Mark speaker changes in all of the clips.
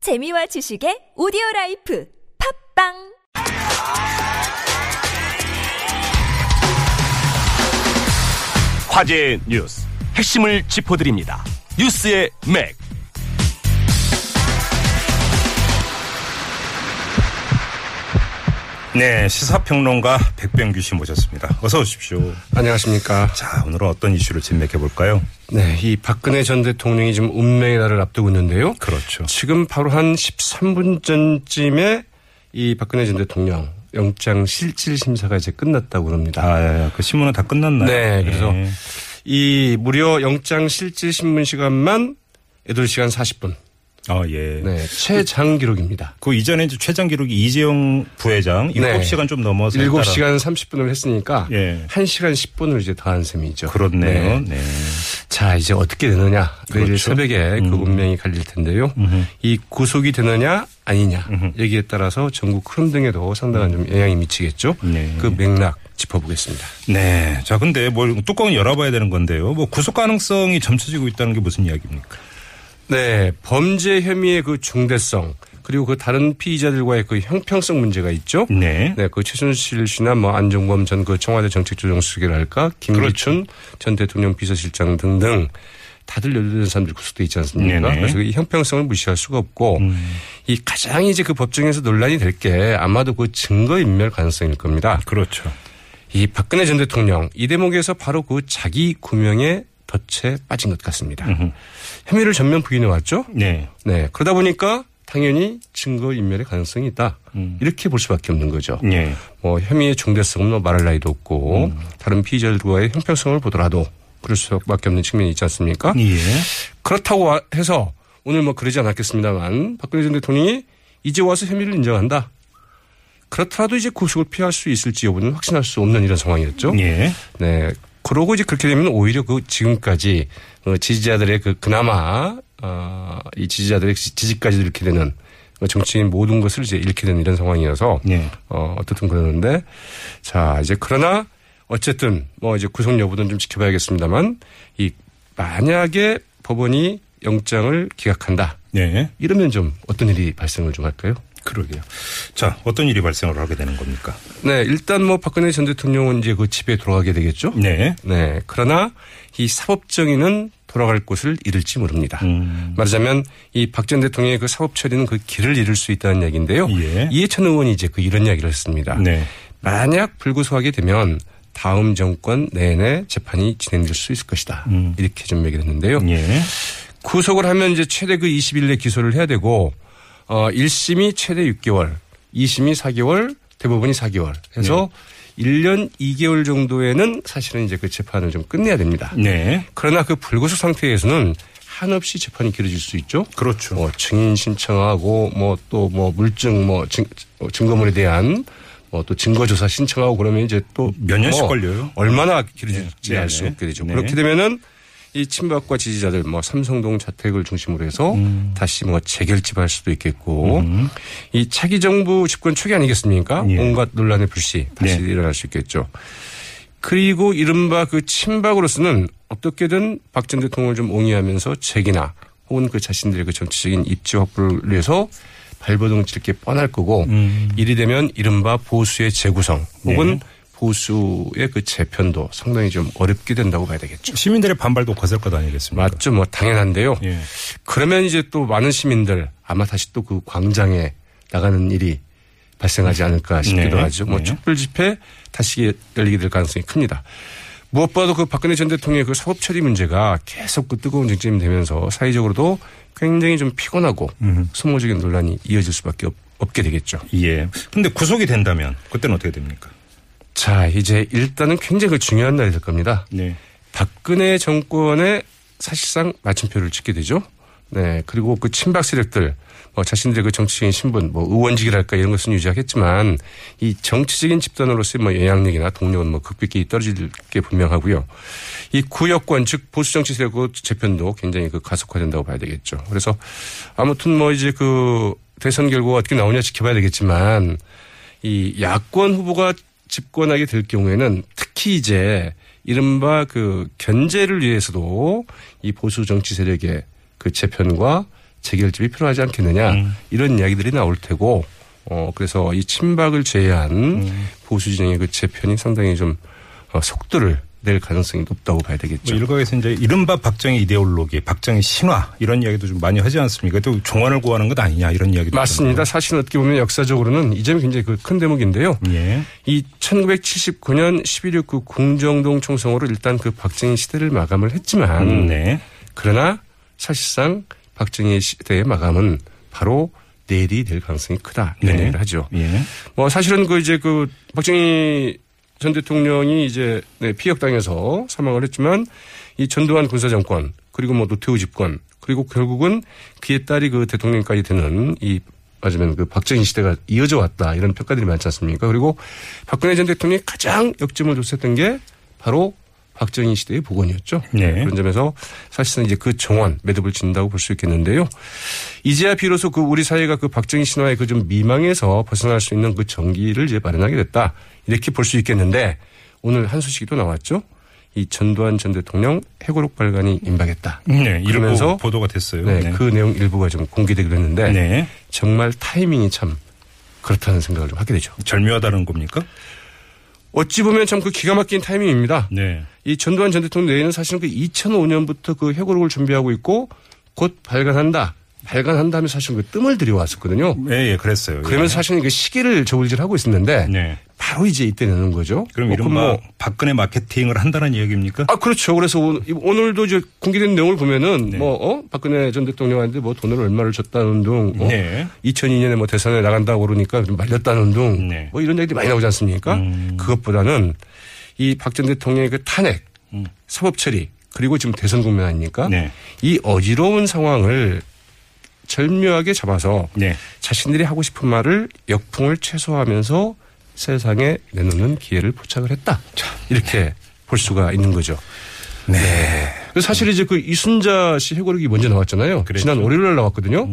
Speaker 1: 재미와 지식의 오디오 라이프 팝빵
Speaker 2: 화제 뉴스 핵심을 짚어드립니다. 뉴스의 맥.
Speaker 3: 네, 시사평론가 백병규 씨 모셨습니다. 어서 오십시오.
Speaker 4: 안녕하십니까.
Speaker 3: 자, 오늘은 어떤 이슈를 진맥해 볼까요?
Speaker 4: 네, 이 박근혜 전 대통령이 지금 운명의 날을 앞두고 있는데요.
Speaker 3: 그렇죠.
Speaker 4: 지금 바로 한 13분 전쯤에 이 박근혜 전 대통령 영장 실질 심사가 이제 끝났다고 합니다.
Speaker 3: 아, 그 신문은 다 끝났나요?
Speaker 4: 네, 그래서
Speaker 3: 예.
Speaker 4: 이 무려 영장 실질 신문 시간만 8시간 40분.
Speaker 3: 아, 예.
Speaker 4: 네, 최장 기록입니다.
Speaker 3: 그 이전에 이제 최장 기록이 이재용 부회장
Speaker 4: 네.
Speaker 3: 7시간 좀 넘어서
Speaker 4: 7시간 30분을 했으니까
Speaker 3: 예.
Speaker 4: 1시간 10분을 이제 더한 셈이죠.
Speaker 3: 그렇네요.
Speaker 4: 네.
Speaker 3: 네.
Speaker 4: 자, 이제 어떻게 되느냐. 내일
Speaker 3: 그렇죠.
Speaker 4: 새벽에 그 운명이 갈릴 텐데요. 이 구속이 되느냐, 아니냐. 여기에 따라서 전국 흐름 등에도 상당한 좀 영향이 미치겠죠.
Speaker 3: 네.
Speaker 4: 그 맥락 짚어보겠습니다.
Speaker 3: 네. 자, 근데 뭘 뚜껑을 열어봐야 되는 건데요. 뭐 구속 가능성이 점쳐지고 있다는 게 무슨 이야기입니까?
Speaker 4: 네. 범죄 혐의의 그 중대성, 그리고 그 다른 피의자들과의 그 형평성 문제가 있죠.
Speaker 3: 네.
Speaker 4: 네, 그 최순실 씨나 뭐 안종범 전 그 청와대 정책조정수석이랄까,
Speaker 3: 그렇죠.
Speaker 4: 김기춘 전 대통령 비서실장 등등 다들 연루된 사람들이 구속돼 있지 않습니까?
Speaker 3: 네네. 음.
Speaker 4: 그래서 이 형평성을 무시할 수가 없고 이 가장 이제 그 법정에서 논란이 될 게 아마도 그 증거 인멸 가능성일 겁니다.
Speaker 3: 그렇죠.
Speaker 4: 이 박근혜 전 대통령 이 대목에서 바로 그 자기 구명에 덫에 빠진 것 같습니다. 혐의를 전면 부인해 왔죠.
Speaker 3: 네.
Speaker 4: 네, 그러다 보니까 당연히 증거 인멸의 가능성이 있다.
Speaker 3: 음.
Speaker 4: 이렇게 볼 수밖에 없는 거죠.
Speaker 3: 네.
Speaker 4: 뭐 혐의의 중대성은 뭐 말할 나위도 없고 다른 피의자들과의 형평성을 보더라도 그럴 수밖에 없는 측면이 있지 않습니까?
Speaker 3: 예.
Speaker 4: 그렇다고 와- 해서 오늘 뭐 그러지 않았겠습니다만 박근혜 전 대통령이 이제 와서 혐의를 인정한다. 그렇더라도 이제 구속을 피할 수 있을지 여부는 확신할 수 없는 이런 상황이었죠.
Speaker 3: 예.
Speaker 4: 네. 그러고 이제 그렇게 되면 오히려 그 지금까지 어, 지지자들의 그 그나마 어, 이 지지자들의 지- 지지까지 잃게 되는 어, 정치인 모든 것을 이제 잃게 되는 이런 상황이어서
Speaker 3: 네.
Speaker 4: 어, 어떻든 그러는데 자 이제 그러나 어쨌든 뭐 이제 구속 여부는 좀 지켜봐야겠습니다만 이 만약에 법원이 영장을 기각한다
Speaker 3: 네.
Speaker 4: 이러면 좀 어떤 일이 발생을 좀 할까요?
Speaker 3: 그러게요. 자, 어떤 일이 발생을 하게 되는 겁니까?
Speaker 4: 네 일단 뭐 박근혜 전 대통령은 이제 그 집에 돌아가게 되겠죠.
Speaker 3: 네.
Speaker 4: 네. 그러나 이 사법정의는 돌아갈 곳을 잃을지 모릅니다.
Speaker 3: 음.
Speaker 4: 말하자면 이 박 전 대통령의 그 사법 처리는 그 길을 잃을 수 있다는 이야기인데요.
Speaker 3: 예.
Speaker 4: 이해찬 의원이 이제 그 이런 이야기를 했습니다.
Speaker 3: 네.
Speaker 4: 만약 불구속하게 되면 다음 정권 내내 재판이 진행될 수 있을 것이다.
Speaker 3: 음.
Speaker 4: 이렇게 좀 얘기를 했는데요.
Speaker 3: 예.
Speaker 4: 구속을 하면 이제 최대 그 20일 내 기소를 해야 되고 어 1심이 최대 6개월, 2심이 4개월, 대법원이 4개월. 해서 1년 2개월 정도에는 사실은 이제 그 재판을 좀 끝내야 됩니다.
Speaker 3: 네.
Speaker 4: 그러나 그 불구속 상태에서는 한없이 재판이 길어질 수 있죠.
Speaker 3: 그렇죠.
Speaker 4: 뭐 증인 신청하고 뭐 또 뭐 물증 뭐 증, 어, 증거물에 대한 뭐 또 증거 조사 신청하고 그러면 이제 또
Speaker 3: 몇 년씩
Speaker 4: 뭐
Speaker 3: 걸려요.
Speaker 4: 얼마나 길어질지
Speaker 3: 네. 네.
Speaker 4: 알수 없게 되죠.
Speaker 3: 네.
Speaker 4: 그렇게 되면은 이 친박과 지지자들 뭐 삼성동 자택을 중심으로 해서
Speaker 3: 음.
Speaker 4: 다시 뭐 재결집할 수도 있겠고 이 차기 정부 집권 초기 아니겠습니까?
Speaker 3: 예.
Speaker 4: 온갖 논란의 불씨 다시
Speaker 3: 네.
Speaker 4: 일어날 수 있겠죠. 그리고 이른바 그 친박으로서는 어떻게든 박 전 대통령을 좀 옹이하면서 책이나 혹은 그 자신들의 그 정치적인 입지 확보를 위해서 발버둥 칠 게 뻔할 거고 이리 되면 이른바 보수의 재구성 혹은 보수의 그 재편도 상당히 좀 어렵게 된다고 봐야 되겠죠.
Speaker 3: 시민들의 반발도 거셀 것 아니겠습니까?
Speaker 4: 맞죠. 뭐 당연한데요.
Speaker 3: 예.
Speaker 4: 그러면 이제 또 많은 시민들 아마 다시 또 그 광장에 나가는 일이 발생하지 않을까 싶기도
Speaker 3: 네.
Speaker 4: 하죠. 뭐
Speaker 3: 네.
Speaker 4: 촛불 집회 다시 열리게 될 가능성이 큽니다. 무엇보다도 그 박근혜 전 대통령의 그 사법 처리 문제가 계속 그 뜨거운 쟁점이 되면서 사회적으로도 굉장히 좀 피곤하고 소모적인 논란이 이어질 수밖에 없, 없게 되겠죠.
Speaker 3: 예. 근데 구속이 된다면 그때는 어떻게 됩니까?
Speaker 4: 자, 이제 일단은 굉장히 그 중요한 날이 될 겁니다.
Speaker 3: 네.
Speaker 4: 박근혜 정권에 사실상 마침표를 찍게 되죠. 네. 그리고 그 친박 세력들, 뭐 자신들의 그 정치적인 신분, 뭐 의원직이랄까 이런 것은 유지하겠지만 이 정치적인 집단으로서의 뭐 영향력이나 동력은 뭐 극복히 떨어질 게 분명하고요. 이 구여권 즉 보수 정치 세력 그 재편도 굉장히 그 가속화된다고 봐야 되겠죠. 그래서 아무튼 뭐 이제 그 대선 결과가 어떻게 나오냐 지켜봐야 되겠지만 이 야권 후보가 집권하게 될 경우에는 특히 이제 이른바 그 견제를 위해서도 이 보수 정치 세력의 그 재편과 재결집이 필요하지 않겠느냐
Speaker 3: 음.
Speaker 4: 이런 이야기들이 나올 테고 어 그래서 이 친박을 제외한
Speaker 3: 음.
Speaker 4: 보수 진영의 그 재편이 상당히 좀 어, 속도를 낼 가능성이 높다고 봐야
Speaker 3: 뭐
Speaker 4: 되겠죠.
Speaker 3: 일각에서 이제 이른바 박정희 이데올로기, 박정희 신화 이런 이야기도 좀 많이 하지 않습니까? 또 종환을 구하는 것 아니냐 이런 이야기도
Speaker 4: 맞습니다. 사실 어떻게 보면 역사적으로는 이 점이 굉장히 그 큰 대목인데요.
Speaker 3: 있고요. 예.
Speaker 4: 이 1979년 11.6그 공정동 총성으로 일단 그 박정희 시대를 마감을 했지만
Speaker 3: 음, 네.
Speaker 4: 그러나 사실상 박정희 시대의 마감은 바로 내일이 될 가능성이 크다 이런
Speaker 3: 네.
Speaker 4: 얘기를 하죠.
Speaker 3: 예.
Speaker 4: 뭐 사실은 그 이제 그 박정희 전 대통령이 이제 네, 피격당해서 사망을 했지만 이 전두환 군사 정권 그리고 뭐 노태우 집권 그리고 결국은 그에 따리 그 대통령까지 되는 이 맞으면 그 박정희 시대가 이어져 왔다 이런 평가들이 많지 않습니까? 그리고 박근혜 전 대통령이 가장 역점을 줬었던 게 바로 박정희 시대의 복원이었죠.
Speaker 3: 네.
Speaker 4: 그런 점에서 사실은 이제 그 정원 매듭을 진다고 볼 수 있겠는데요. 이제야 비로소 그 우리 사회가 그 박정희 신화의 그 좀 미망에서 벗어날 수 있는 그 전기를 이제 마련하게 됐다. 이렇게 볼 수 있겠는데 오늘 한 소식이 또 나왔죠. 이 전두환 전 대통령 해고록 발간이 임박했다.
Speaker 3: 네. 이러면서
Speaker 4: 그러면서
Speaker 3: 보도가 됐어요.
Speaker 4: 네, 그 내용 일부가 좀 공개되기로 했는데
Speaker 3: 네.
Speaker 4: 정말 타이밍이 참 그렇다는 생각을 좀 하게 되죠.
Speaker 3: 절묘하다는 겁니까?
Speaker 4: 어찌 보면 참 그 기가 막힌 타이밍입니다.
Speaker 3: 네.
Speaker 4: 이 전두환 전 대통령 내에는 사실은 그 2005년부터 그 회고록을 준비하고 있고 곧 발간한다. 발간한다 하면서 사실은 그 뜸을 들여왔었거든요.
Speaker 3: 예, 예, 그랬어요. 예.
Speaker 4: 그러면서 사실은 그 시기를 저울질하고 있었는데
Speaker 3: 네.
Speaker 4: 바로 이제 이때 내는 거죠.
Speaker 3: 그럼
Speaker 4: 뭐
Speaker 3: 이른바
Speaker 4: 뭐-
Speaker 3: 박근혜 마케팅을 한다는 이야기입니까?
Speaker 4: 아 그렇죠. 그래서 오- 오늘도 이제 공개된 내용을 보면은
Speaker 3: 네.
Speaker 4: 뭐 어? 박근혜 전 대통령한테 뭐 돈을 얼마를 줬다는 둥, 어?
Speaker 3: 네.
Speaker 4: 2002년에 뭐 대선에 나간다고 그러니까 좀 말렸다는 둥,
Speaker 3: 네. 음.
Speaker 4: 뭐 이런 얘기들이 많이 나오지 않습니까? 그것보다는 이 박 전 대통령의 그 탄핵, 사법 처리 그리고 지금 대선 국면 아닙니까?
Speaker 3: 음. 네.
Speaker 4: 이 어지러운 상황을 절묘하게 잡아서
Speaker 3: 네.
Speaker 4: 자신들이 하고 싶은 말을 역풍을 최소화하면서 세상에 내놓는 기회를 포착을 했다.
Speaker 3: 네.
Speaker 4: 이렇게 볼 수가 있는 거죠. 네. 사실 이제 그 이순자 씨 해고록이 먼저 나왔잖아요.
Speaker 3: 그랬죠. 음.
Speaker 4: 지난 월요일 날 나왔거든요.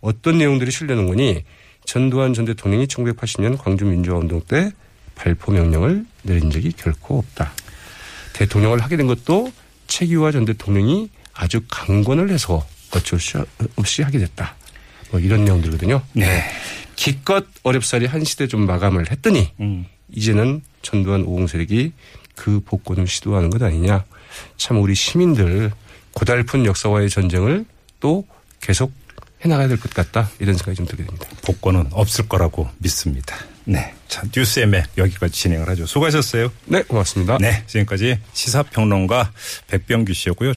Speaker 4: 어떤 내용들이 실리는 거니 전두환 전 대통령이 1980년 광주 민주화 운동 때 발포 명령을 내린 적이 결코 없다. 대통령을 하게 된 것도 최규화 전 대통령이 아주 강권을 해서 어쩔 수 없이 하게 됐다. 뭐 이런 내용들거든요.
Speaker 3: 네.
Speaker 4: 기껏 어렵사리 한 시대 좀 마감을 했더니
Speaker 3: 음.
Speaker 4: 이제는 전두환 오공 세력이 그 복권을 시도하는 것 아니냐. 참 우리 시민들 고달픈 역사와의 전쟁을 또 계속 해나가야 될 것 같다. 이런 생각이 좀 들게 됩니다.
Speaker 3: 복권은 없을 거라고 믿습니다. 네. 자, 뉴스 엠 여기까지 진행을 하죠. 수고하셨어요.
Speaker 4: 네, 고맙습니다.
Speaker 3: 네. 지금까지 시사평론가 백병규 씨였고요.